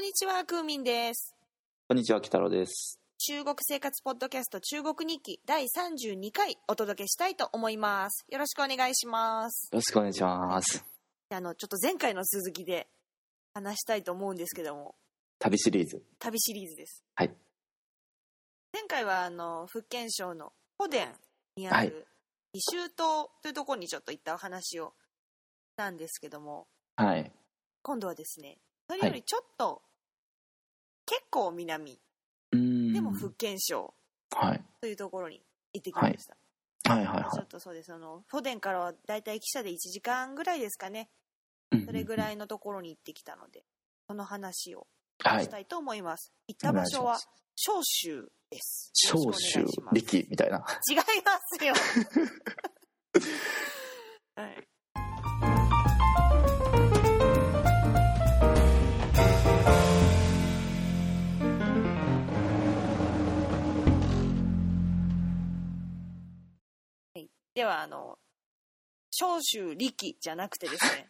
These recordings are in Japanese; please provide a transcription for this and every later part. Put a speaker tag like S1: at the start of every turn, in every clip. S1: にちは、クーミンです。
S2: こんにちは、北郎です。
S1: 中国生活ポッドキャスト中国日記第32回お届けしたいと思います。よろしくお願いします。
S2: よろしくお願いします。
S1: あの、ちょっと前回の続きで話したいと思うんですけども、
S2: 旅シリーズ。
S1: 旅シリーズです。
S2: はい。
S1: 前回は、あの、福建省の保田に
S2: は
S1: あ
S2: い
S1: る二州島というところにちょっと行ったお話をしたんですけども、
S2: はい。
S1: 今度はですね、それよりちょっと、結構南、
S2: うーん
S1: でも福建省
S2: はい。
S1: というところに行ってきました。
S2: はいはい
S1: ちょ
S2: は
S1: っとそうです。あの、フォデンからはだいたい汽車で1時間ぐらいですかね。
S2: い。
S1: それぐら
S2: い。
S1: いのところに行ってきたので、その話を
S2: は
S1: し
S2: い。
S1: たいと思います。行った場所
S2: お願
S1: はい
S2: し
S1: 長州です。
S2: 長州
S1: よろしくお願いし
S2: 力みたいな。
S1: ます違いますよ。はい。はいではあの長州力じゃなくてですね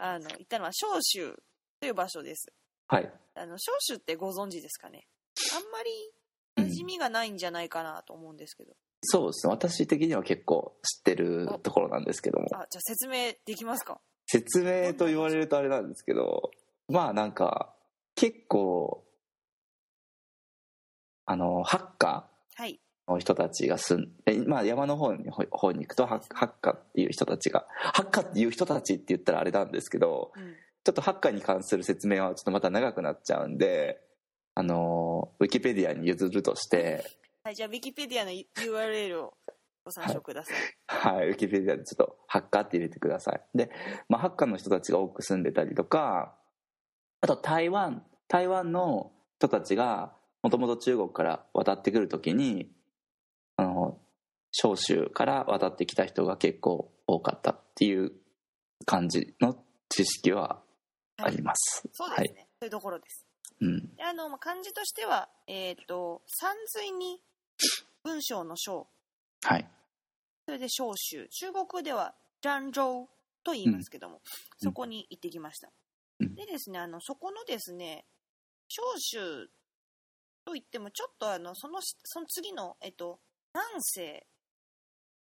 S1: あの行ったのは長州という場所です
S2: はい。
S1: あの長州ってご存知ですかねあんま
S2: う
S1: り
S2: ん
S1: 馴染みがないんじゃないかなと思うんですけど、
S2: そうですね。私的には結構知ってるところなんですけども。
S1: あじゃあ説明できますか
S2: 説明と言われるとあれなんですけど、まあなんか、結構、あの、ハッカ
S1: はい
S2: ーの人たちが住んえまあ山の方にほ方に行くとハッハッカーっていう人たちがハッカーっていう人たちって言ったらあれなんですけど
S1: うん
S2: ちょっとハッカーに関する説明はちょっとまた長くなっちゃうんで、あのーウィキペディアに譲るとして、
S1: はいじゃあウィキペディアの URL をご参照ください、
S2: はい、ウィキペディアでちょっとハッカーって入れてください。で、まあ、ハッカーの人たちが多く住んでたりとか、あと台湾、台湾の人たちがもともと中国から渡ってくるときに、あの、長州から渡ってきた人が結構多かったっていう感じの知識はあります。
S1: そうですね、そういうところです
S2: うん。
S1: であの、まあ、漢字としてはえっ、と三髄に文章の章
S2: はい。
S1: それで章州中国では漳州と言いますけども、そこに行ってきました、
S2: うん
S1: でですねあのそこのですね長州といってもちょっとあのそのしその次の、えっと、南西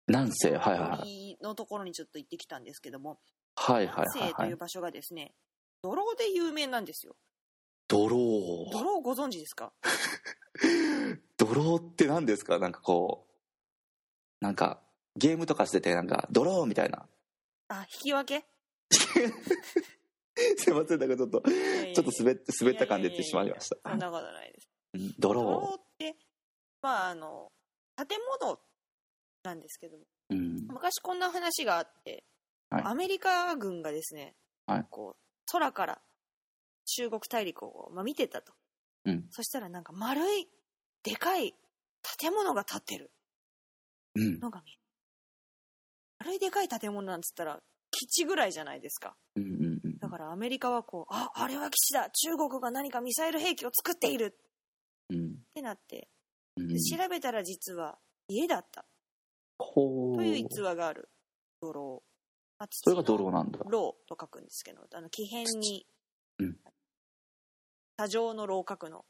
S2: なんせ、はいはいはい。
S1: のところにちょっと行ってきたんですけども、
S2: はいはい
S1: 南
S2: は
S1: 西と。
S2: い、はいいう
S1: 場所がですね土楼で有名なんですよ
S2: ドロ
S1: 土
S2: ー。
S1: 楼ご存知ですか
S2: ドローって何ですかなんかこう、なんかゲームとかしてて、なんかドローみたいな。
S1: あ引き分け
S2: すいません、なんかちょっと、ち
S1: ち
S2: ょっと滑って、滑った感じ出てしまいました。
S1: そんなことないです
S2: うんド
S1: 土
S2: ロ
S1: 楼ってまああの建物なんですけども
S2: ー。うん。
S1: 昔こんな話があって、
S2: はい
S1: アメリカ軍がですね、
S2: はい
S1: こう空から中国大陸を、まあ、見てたと、
S2: うん
S1: そしたらなんか丸いでかい建物が建ってる
S2: うん。
S1: のが見えた丸いでかい建物なんつったら基地ぐらいじゃないですか
S2: うんうんうん。
S1: だからアメリカはこうああれは基地だ中国が何かミサイル兵器を作っている
S2: うん。
S1: ってなって
S2: うん
S1: で調べたら実は家だった
S2: ほー
S1: という逸話があるドロー
S2: それがドローなんだ。
S1: ローと書くんですけど、あの、奇変に、
S2: うん
S1: 多情のロー書くの、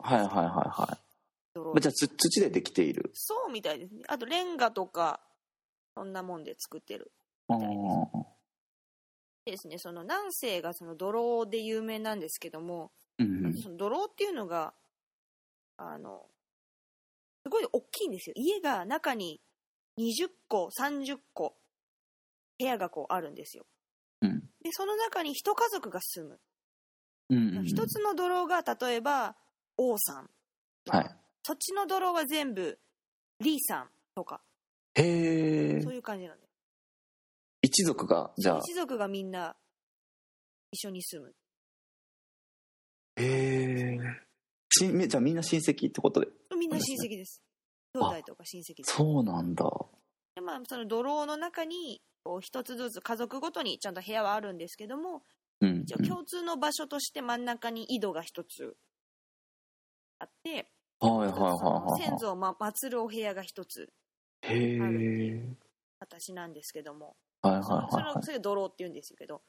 S2: はいはいはいは
S1: ドロ
S2: い。
S1: ー。
S2: じゃあ、つ土でできている。
S1: そうみたいですね。あと、レンガとか、そんなもんで作ってる。
S2: あ
S1: たいです
S2: ー
S1: ですね、その、南西がその、ドローで有名なんですけども、
S2: うんうん。
S1: その、ドローっていうのが、あの、すごい大きいんですよ。家が中に20個、30個、部屋がこうあるんですよ。
S2: うん
S1: で、その中に一家族が住む。
S2: うんうん。
S1: 一つのドローが例えば王さん
S2: はい。
S1: そっちのドローは全部リーさんとか
S2: へえ
S1: そ。ういう感じなんで
S2: 一族が、じゃあ。
S1: 一族がみんな一緒に住む
S2: へえ。しんじゃあみんな親戚ってことで。
S1: みんな親戚です兄弟とか親戚です
S2: そうなんだ。
S1: でまあそのドローの中にこう一つずつ家族ごとにちゃんと部屋はあるんですけども
S2: うん
S1: 一
S2: う
S1: 応
S2: ん。
S1: 共通の場所として真ん中に井戸が一つあって
S2: はいはい
S1: 一つ
S2: はい
S1: その
S2: はいはい
S1: 先。祖をま祀るお部屋が一つ
S2: へえ。
S1: 形なんですけども
S2: はいはい
S1: そ
S2: はい
S1: れ
S2: は
S1: をそれをドローって言うんですけど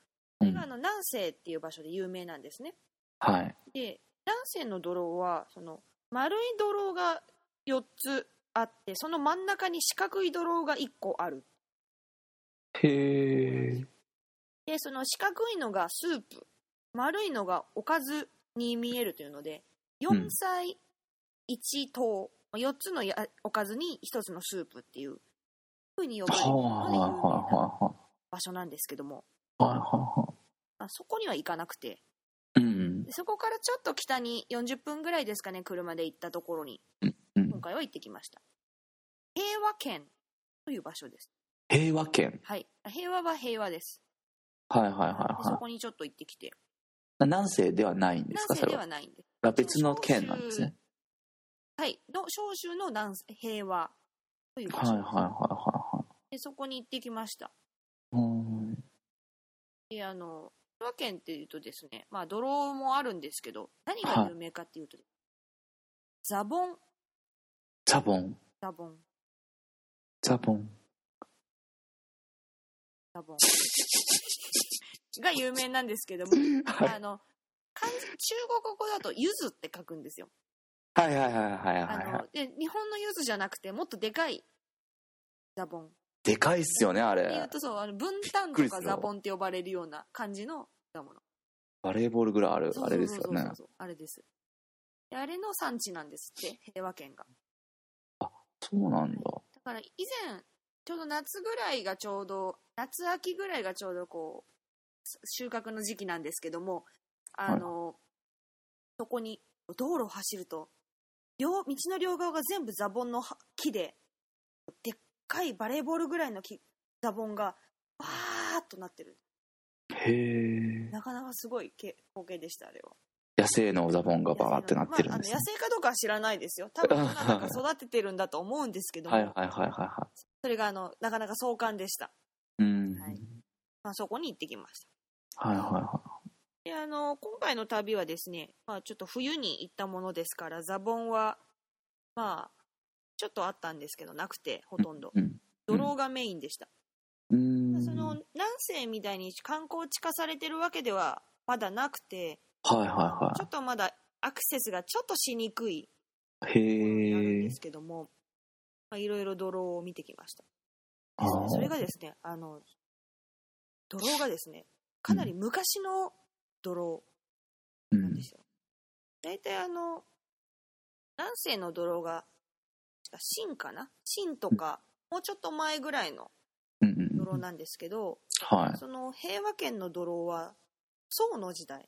S1: こ
S2: い。う
S1: れがあ
S2: ん
S1: の南西っていう場所で有名なんですね。
S2: はい
S1: で男性のドローはその丸いドローが4つあってその真ん中に四角いドローが1個ある
S2: へえ
S1: でその四角いのがスープ丸いのがおかずに見えるというので4歳1等、4つのやおかずに1つのスープっていうふうに呼ば
S2: は
S1: れて
S2: いはい
S1: る
S2: はいは
S1: 場所なんですけども、
S2: いはいはいはいは
S1: まあ、そこには行かなくて
S2: いうん
S1: でそこからちょっと北に40分ぐらいですかね車で行ったところに
S2: うん
S1: 今回は行ってきました平和県という場所です
S2: 平和圏
S1: はい平和は平和です
S2: はいはいは
S1: で
S2: い
S1: そ
S2: は
S1: こにちょっと行ってきて
S2: い南西ではないんですか
S1: 南西
S2: それ
S1: で
S2: は
S1: はないんです
S2: あ別の県なんですね
S1: はいの小州の南西平和という場
S2: はい
S1: 所、
S2: はいはいはいはい
S1: でそこに行ってきました
S2: うん
S1: であの平和県っていうとですねまあドローもあるんですけど何が有名かっていうと、ザボン
S2: ザボン
S1: ザボン
S2: ザボン
S1: ザボンが有名なんですけども
S2: はい
S1: あの漢字中国語だとゆずって書くんですよ。
S2: はいはいはいはい
S1: あ
S2: はいはい
S1: ので日本のゆずじゃなくてもっとでかいザボン。
S2: でかいっすよねあ
S1: っていう
S2: れ
S1: とそうあの分担と
S2: びっくり
S1: か
S2: するわ
S1: ザボンって呼ばれるような感じの果物。
S2: バレーボールぐらいある
S1: そう
S2: あれです
S1: そ
S2: よ
S1: うそう
S2: ね
S1: そうそうあれです。であれの産地なんですって平和県が。
S2: そうなんだ
S1: だから以前ちょうど夏ぐらいがちょうど夏秋ぐらいがちょうどこうす収穫の時期なんですけどもあの、そこに道路を走ると両道の両側が全部ザボンのは木ででっかいバレーボールぐらいの木ザボンがバーっとなってる
S2: へえ
S1: なかなかすごいけ光景でしたあれは
S2: 野生のザボンがバーってなってるんです
S1: まああの
S2: ね
S1: 野生かどうかは知らないですよ多分なんか育ててるんだと思うんですけども、
S2: はいはいはいはいは
S1: それがあのなかなか壮観でした
S2: いうん
S1: はいまあ、そこに行ってきました
S2: はいはいは
S1: であの今回の旅はですね、まあ、ちょっと冬に行ったものですからザボンはまあちょっとあったんですけどなくてほとんど
S2: いうん
S1: ドローがメインでした、
S2: う
S1: まあ
S2: ん
S1: その南西みたいに観光地化されてるわけではまだなくて
S2: はいはい
S1: ちょ
S2: は
S1: っとまだアクセスがちょっとしにくい
S2: い
S1: ものになるん
S2: へえ
S1: ですけどもまあいろいろドローを見てきました
S2: あー
S1: それがですねあのドローがですねかなり昔のドロー、
S2: う
S1: なん
S2: ん
S1: ですよ。大体あの、南西の泥が、秦かな秦とか、もうちょっと前ぐらいの
S2: うんうんう
S1: 泥
S2: ん
S1: なんですけど、
S2: は
S1: その平和圏の泥は、宋の時代、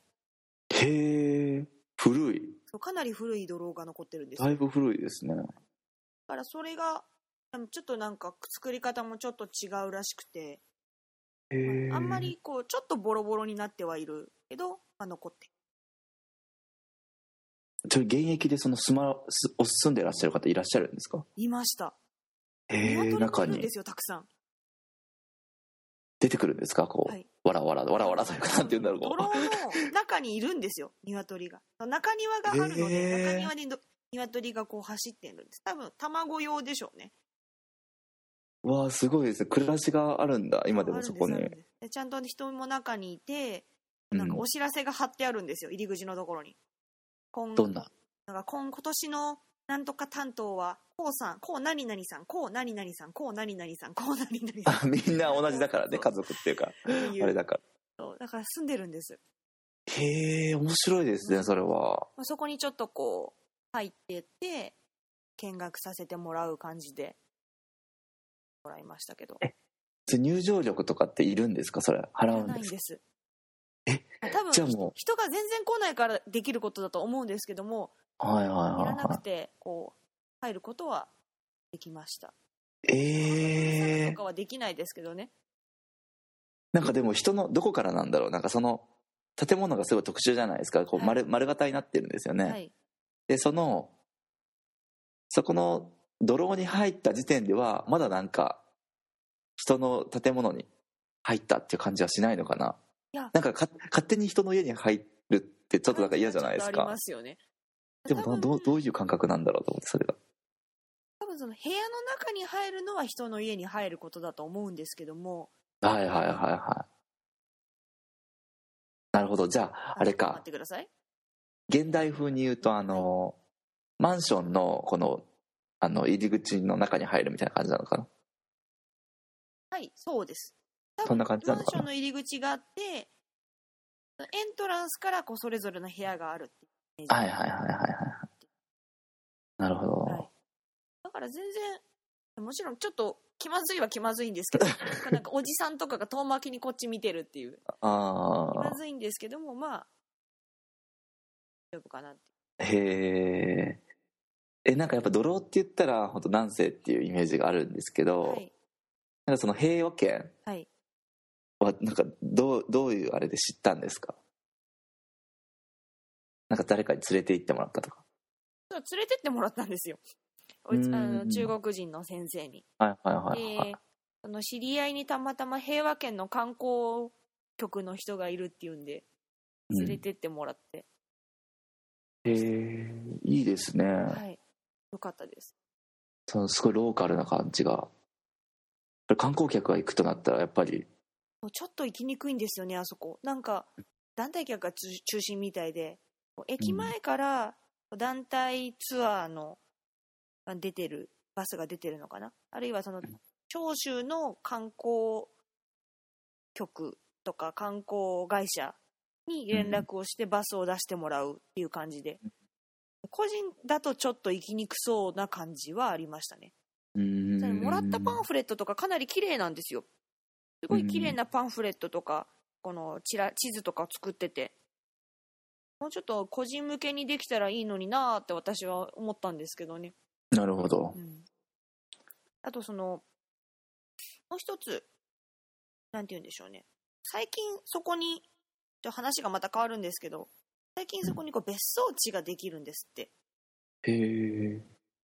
S2: いへえ古い
S1: そうかなり古い泥が残ってるんですよ
S2: だいぶ古いですね
S1: だからそれが、うんちょっとなんか作り方もちょっと違うらしくて、
S2: へえ
S1: あんまりこう、ちょっとボロボロになってはいるけど、まあ、残ってる
S2: それ現役でその住ま住お住んでらっしゃる方いらっしゃるんですか
S1: いました。
S2: へえ
S1: 鶏も
S2: 中
S1: いるん
S2: に
S1: ですよ、たくさん。
S2: 出てくるんですかこう、
S1: はい
S2: わらわらわらわらというかなんて言うんだろうこ
S1: 泥の中にいるんですよ、鶏が。中庭があるので、
S2: へー
S1: 中庭にど鶏がこう走ってるんです。多分卵用でしょうね。
S2: うわあすごいですね暮らしがあるんだ今でもそこに
S1: あるんですあるんですでちゃんと人も中にいて、
S2: うん
S1: なんかお知らせが貼ってあるんですよ、入り口のところに。今
S2: どんな
S1: なんか今今年のなんとか担当は、こうさん、こう何々さん、こう何々さん、こう何々さん、こう何々さん
S2: あみんな 同じだからね
S1: そ
S2: 家
S1: う
S2: 族っていう
S1: っ
S2: か
S1: てい
S2: あれ
S1: う。
S2: だから
S1: そうだから住んでるんです。
S2: へえ面白いですねそれは
S1: まあそこにちょっとこう入ってって見学させてもらう感じでもらいましたけど
S2: それ入場力とかっているんですかそれ払うん
S1: ない
S2: で
S1: ん
S2: すか
S1: です
S2: え
S1: まあ多分
S2: じゃあもう
S1: 人が全然来ないからできることだと思うんですけども
S2: はいはい
S1: いら
S2: は
S1: なくてこう入ることはできました
S2: いはいえ
S1: と
S2: え
S1: かはできないですけどね
S2: なんかでも人のどこからなんだろうなんかその建物がすごい特殊じゃないですかこう
S1: はい
S2: 丸,、丸型になってるんですよね、
S1: はい
S2: でそのそこのドローに入った時点ではまだなんか人の建物に入ったっていう感じはしないのかない
S1: や
S2: なんかか勝手に人の家に入るってちょっとなんか嫌じゃないです
S1: ちょっとあり
S2: か
S1: ますよね
S2: でも
S1: 多
S2: な
S1: 分
S2: どうどういう感覚なんだろうと思ってそれが
S1: 多分その部屋の中に入るのは人の家に入ることだと思うんですけども
S2: はいはいはいはいなるほどじゃああれ
S1: ちょっと待
S2: か
S1: ってください
S2: 現代風に言うとあのマンションのこのあの入り口の中に入るみたいな感じなのかな
S1: はい、そうです。
S2: そんな感じな
S1: マ
S2: の
S1: ン
S2: か
S1: ション
S2: な
S1: の入り口があって、エントランスからこうそれぞれの部屋があるっていうイメージ
S2: はいはいはいはいはいなるほど、
S1: はいだから全然、もちろんちょっと気まずいは気まずいんです けど、なんかおじさんとかが遠巻きにこっち見てるっていう、
S2: あ
S1: 気ま
S2: あ
S1: ずいんですけども、まあ、大丈夫かなって。
S2: へええなんかやっぱ泥って言ったら本当南西っていうイメージがあるんですけど、
S1: はい。
S2: なんかその平和圏
S1: はい。
S2: はなんかどうどういうあれで知ったんですかなんか誰かに連れて行ってもらったとか
S1: そう連れてってもらったんですよ。おじ
S2: うーん
S1: あの中国人の先生に。
S2: はいはいはいはい、
S1: で、その知り合いにたまたま平和県の観光局の人がいるっていうんで、
S2: うん
S1: 連れてってもらって、
S2: へえいいですね、
S1: はい。よかったです。
S2: そのすごいローカルな感じがやっぱり観光客が行くとなったらやっぱり
S1: もうちょっと行きにくいんですよね、あそこ。なんか、団体客が中中心みたいで、こう駅前から団体ツアーの、が出てる、バスが出てるのかな。あるいはその、長州の観光局とか観光会社に連絡をしてバスを出してもらうっていう感じで、個人だとちょっと行きにくそうな感じはありましたね。
S2: うーん
S1: それもらったパンフレットとかかなり綺麗なんですよすごい綺麗なパンフレットとかこのチラ地図とかを作っててもうちょっと個人向けにできたらいいのになーって私は思ったんですけどね、
S2: なるほど
S1: あとそのもう一つなんて言うんでしょうね最近そこにちょっと話がまた変わるんですけど最近そこにこう別荘地ができるんですって
S2: へえ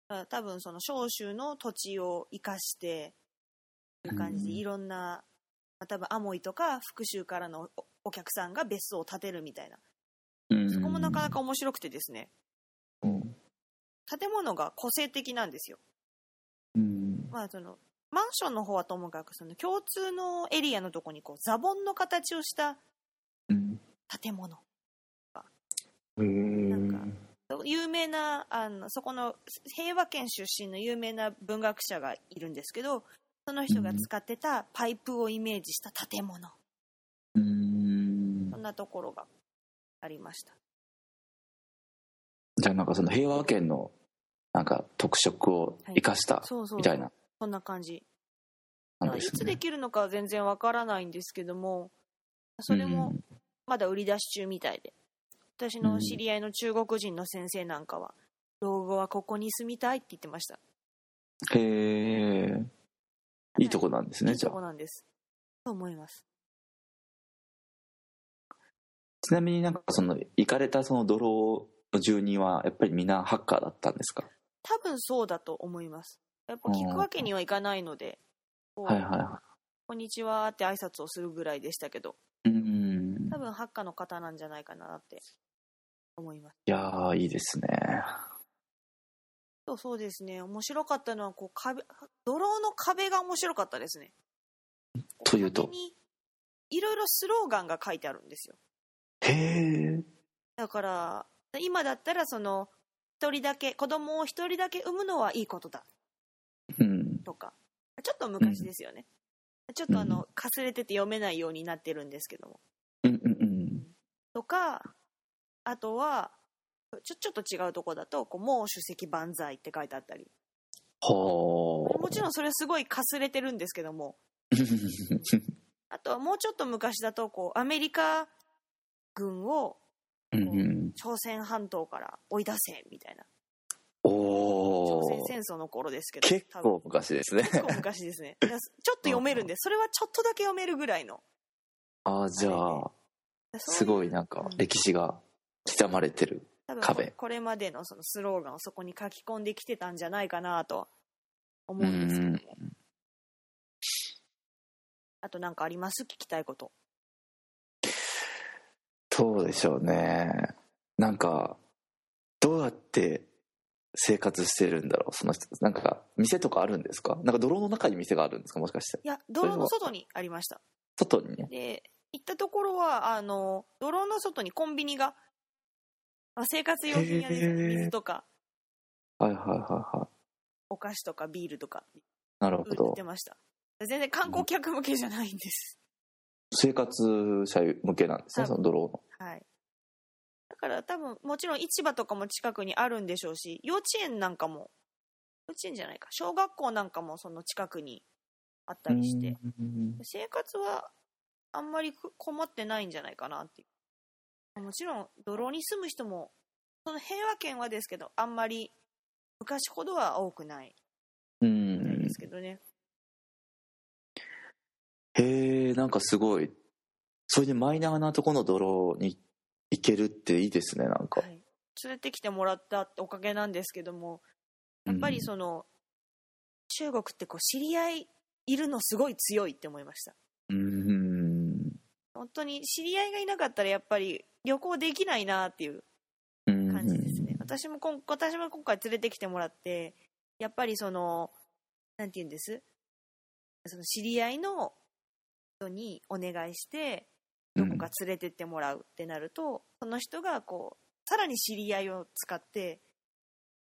S1: まあ多分その長州の土地を生かしてという感じで
S2: うん
S1: いろんな、まあ、多分アモイとか福州からのおお客さんが別荘を建てるみたいなそこもなかなか面白くてですね
S2: うん
S1: 建物が個性的なんですよ、
S2: うん
S1: まあ、そのマンションの方はともかくその共通のエリアのとこにこうザボンの形をした
S2: うん
S1: 建物
S2: うん
S1: なんか有名なあのそこの平和県出身の有名な文学者がいるんですけどその人が使ってたパイプをイメージした建物
S2: うん
S1: そんなところがありました。
S2: じゃあなんかその平和圏のなんか特色を生かした
S1: そうそう
S2: みたいな
S1: そんな感じ。
S2: なん
S1: い
S2: です
S1: つ
S2: ね、
S1: できるのかは全然わからないんですけども、それもまだ売り出し中みたいで。私の知り合いの中国人の先生なんかは、老後はここに住みたいって言ってました。
S2: うんへえいいとこなんですね、
S1: いい
S2: じゃ
S1: と
S2: あ
S1: こなんです。と思います。
S2: ちなみになんかその行かれたその泥の住人はやっぱりみんなハッカーだったんですか
S1: 多分そうだと思います。やっぱ聞くわけにはいかないので、こう
S2: はいはいは
S1: こんにちはって挨拶をするぐらいでしたけど、
S2: いうん
S1: 多分ハッカの方なんじゃないかなって思います。
S2: いやーいいですね
S1: そうそうですね面白かったのはこう壁ドローの壁が面白かったですね
S2: というと
S1: 壁にいろいろスローガンが書いてあるんですよ
S2: へえ
S1: だから今だったらその一人だけ子供を一人だけ産むのはいいことだ
S2: うん
S1: とかちょっと昔ですよね、ちょっとあのかすれてて読めないようになってるんですけども
S2: うんうんうん
S1: とかあとはちょちょっと違うとこだとこう「もう主席万歳」って書いてあったり
S2: ほー
S1: もちろんそれすごいかすれてるんですけども あとはもうちょっと昔だとこうアメリカ軍を
S2: うんうん
S1: 朝鮮半島から追い出せみたいな
S2: お
S1: 朝鮮
S2: お
S1: 戦争の頃ですけど
S2: 結
S1: 多分
S2: 構昔ですね
S1: 結構昔です ねいやちょっと読めるんでそれはちょっとだけ読めるぐらいの
S2: ああじゃあす
S1: い
S2: ごいなんか歴史が刻まれてる
S1: 多分
S2: 壁
S1: これまでのそのスローガンをそこに書き込んできてたんじゃないかなとは思
S2: う
S1: うんですけど
S2: ん
S1: もあと何かあります聞きたいこと
S2: そうでしょうねなんかどうやって生活してるんだろうその人なんか店とかあるんですかなんか泥の中に店があるんですかもしかして
S1: いや泥の外にありました
S2: 外にね
S1: で行ったところはあの泥の外にコンビニがあ生活用品屋です
S2: へー
S1: 水とか
S2: はいはいはいはい
S1: お菓子とかビールとか
S2: なるほ
S1: 売っ
S2: ど
S1: てました全然観光客向けじゃないんです、
S2: 生活者向けなんですね
S1: はい
S2: そのドローの
S1: はいだから多分もちろん市場とかも近くにあるんでしょうし幼稚園なんかも幼稚園じゃないか小学校なんかもその近くにあったりして
S2: うん
S1: 生活はあんまりく困ってないんじゃないかなっていうもちろん土壌に住む人もその平和圏はですけどあんまり昔ほどは多くない
S2: うん
S1: ですけどね、
S2: へえんかすごいそれでマイナーなとこの泥に行けるっていいですねなんか、
S1: はい、連れてきてもらったおかげなんですけどもやっぱりその、中国ってこう知り合いいるのすごい強いって思いました
S2: うん
S1: 本当に知り合いがいなかったらやっぱり旅行できないなっていう
S2: うん
S1: 感じですね。私も今私も今回連れてきてもらって、やっぱりその、なんて言うんですその知り合いの人にお願いして、
S2: うん
S1: 僕が連れてってもらうってなると、その人がこう、さらに知り合いを使って、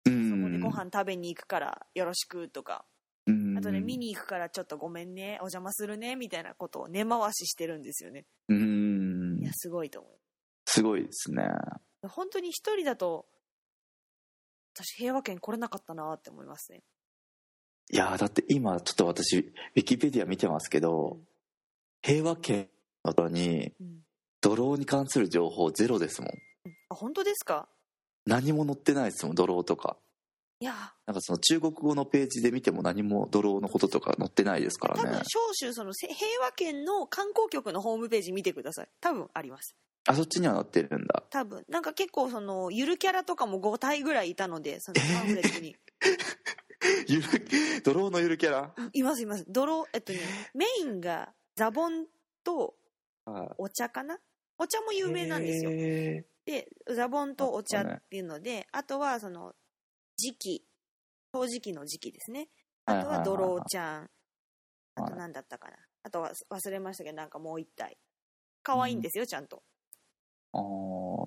S2: うん
S1: そこでご飯食べに行くからよろしくとか、
S2: うん
S1: あとね、見に行くからちょっとごめんね、お邪魔するね、みたいなことを根回ししてるんですよね。
S2: うん
S1: いや、すごいと思う。
S2: すごいですね
S1: 本当に一人だと、私平和圏来れなかったなって思いますね。
S2: いやーだって今ちょっと私ウィキペディア見てますけ
S1: う
S2: ど、
S1: ん
S2: 平和圏の後に
S1: うん
S2: ドローに関する情報ゼロですもん
S1: あ本当ですか
S2: 何も載ってないですもんドローとか
S1: いや
S2: なんかその中国語のページで見ても何もドローのこととか載ってないですから
S1: 多分
S2: ね
S1: 少州そのせ平和圏の観光局のホームページ見てください多分あります
S2: あそっちには載ってるんだ
S1: 多分なんか結構そのゆるキャラとかも5体ぐらいいたので そのパンフレットに、
S2: ゆるドローのゆるキャラ
S1: いますいます泥えっとねメインがザボンと
S2: は
S1: お茶かなお茶も
S2: い
S1: 有名なんですよ
S2: へ
S1: でザボンとお茶
S2: あ
S1: っ
S2: そうね
S1: ていうのであとはその時期陶磁器の時期ですね
S2: はい
S1: あ
S2: はい
S1: と
S2: はいは
S1: はいドローちゃんあ
S2: はい
S1: と何だったかなあとは忘れましたけどなんかもう一体可愛いんですよちゃんとっ
S2: ーあ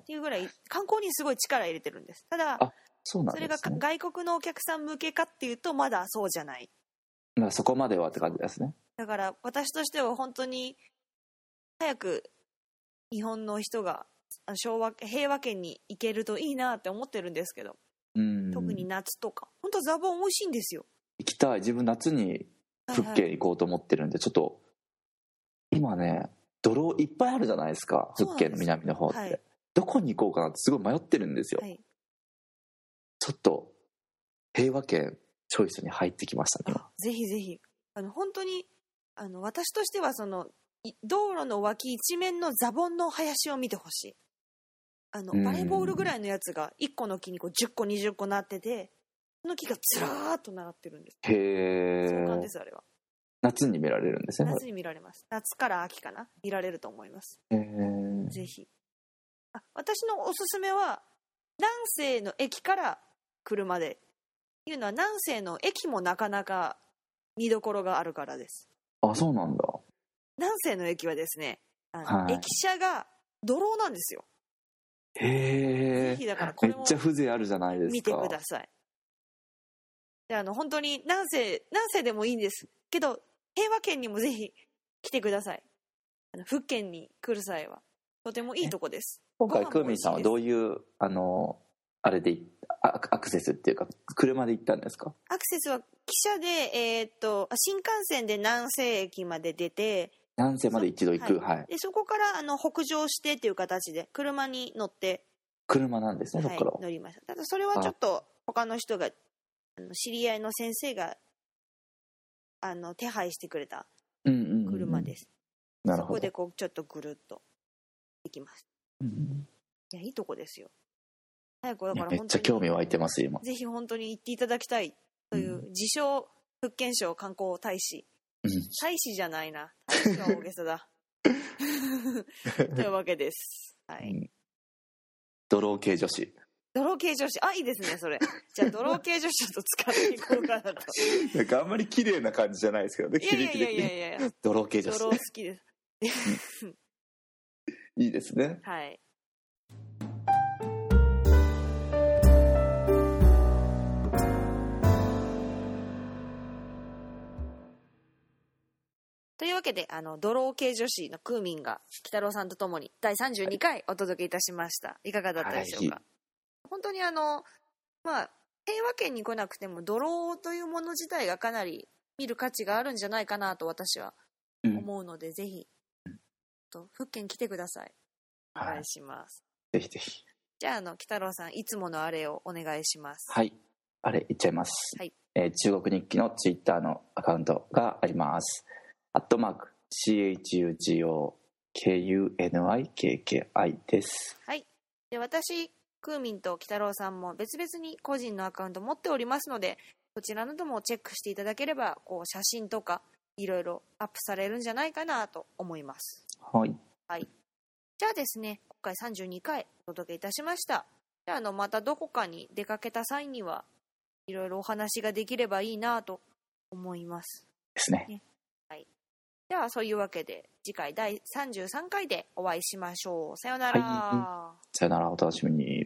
S2: ー
S1: ていうぐらい観光にすごい力入れてるんですただ
S2: あそうなん
S1: そ
S2: で
S1: れが
S2: すね
S1: 外国のお客さん向けかっていうとまだそうじゃない
S2: なんかそこまではって感じですね
S1: だから私としては本当に早く日本の人があの昭和平和圏に行けるといいなって思ってるんですけど
S2: うん
S1: 特に夏とか本当ザボン美味しいんですよ
S2: 行きたい自分夏に
S1: はい
S2: 福
S1: はい
S2: 建行こうと思ってるんでちょっと今ね泥いっぱいあるじゃないですか
S1: そうな
S2: 福
S1: んです
S2: 建の南の方って、
S1: はい
S2: どこに行こうかなってすごい迷ってるんですよ、
S1: はい
S2: ちょっと平和圏チョイスに入ってきましたね
S1: あぜひぜひあの本当にあの私としてはそのい道路の脇一面のザボンの林を見てほしいあの
S2: うん
S1: バレーボールぐらいのやつが1個の木にこう10個20個なっててその木がずらーっと並ってるんです
S2: へ
S1: 壮観
S2: え
S1: ですあれは
S2: 夏に見られるんですね
S1: 夏に見られます夏から秋かな見られると思います
S2: へー
S1: ぜひあ私のおすすめは南西の駅から車でっていうのは南西の駅もなかなか見どころがあるからです
S2: あそうなんだ
S1: 南西の駅はですねあの、
S2: はい
S1: 駅舎がドローなんですよぜ
S2: へ
S1: ひ
S2: え
S1: だからこ
S2: めっ
S1: れも
S2: ちゃ風情あるじゃないですか
S1: 見てくださいであの本当に南西南西でもいいんですけど平和圏にもぜひ来てくださいあの福建に来る際はとてもいいとこです
S2: 今回
S1: ご飯も
S2: クーミンさんはどういうあのあれでいあアクセスっていうか車で行ったんですか
S1: アクセスは汽車で、えーっとあ新幹線で南西駅まで出て
S2: 南西まで一度行くはい、
S1: でそこからあの北上してっていう形で車に乗って
S2: 車なんですねそ
S1: は
S2: こ
S1: い
S2: から、、
S1: 乗りましたただそれはちょっと他の人があの知り合いの先生があの手配してくれた
S2: うんうんうん
S1: 車です、
S2: なる
S1: そ
S2: ほ
S1: こ
S2: ど
S1: でこうちょっとぐるっと行きます
S2: うん
S1: いやいいとこですよ早くだ
S2: い
S1: か
S2: や
S1: ら
S2: め
S1: 本
S2: っち
S1: 当
S2: ゃ興
S1: に
S2: 味湧いてます今
S1: ぜひ本当に行っていただきたいという、自称福建省観光大使、
S2: うん
S1: 大使じゃないな大使は大げさだというわけですはい
S2: ドロー系女子
S1: 泥系女子あいいですねそれじゃあ泥系女子ちょっと使っていこうかなと
S2: なんかあんまり綺麗な感じじゃないですけど ね
S1: いやいやいやいやいやいや
S2: ドロー系女
S1: ドロ
S2: 子
S1: ー好きです。
S2: いいですね
S1: はい。というわけで、あの、ドロー系女子のクーミンが、北郎さんとともに第32回お届けいたしました。い、かがだったでしょうか、
S2: は
S1: 本当にあの、まあ、平和圏に来なくても、ドローというもの自体がかなり見る価値があるんじゃないかなと私は
S2: うん
S1: 思うので、ぜひ、と、福建来てください。お
S2: はい
S1: 願いします。
S2: ぜひぜひ。
S1: じゃあ、あの、北郎さん、いつものあれをお願いします。
S2: はい。あれ、いっちゃいます。
S1: はい
S2: えー中国日記のツイッターのアカウントがあります。アットマーク、CHUGOKUNIKKI です。
S1: はい。で、私、クーミンと北郎さんも別々に個人のアカウント持っておりますので、そちらなどもチェックしていただければ、こう、写真とか、いろいろアップされるんじゃないかなと思います。
S2: はい。
S1: じゃあですね、今回32回お届けいたしました。じゃあ、あの、またどこかに出かけた際には、いろいろお話ができればいいなと思います。
S2: ですね。
S1: では、そういうわけで、次回第33回でお会いしましょう。さようなら。
S2: はいさよなら、お楽しみに。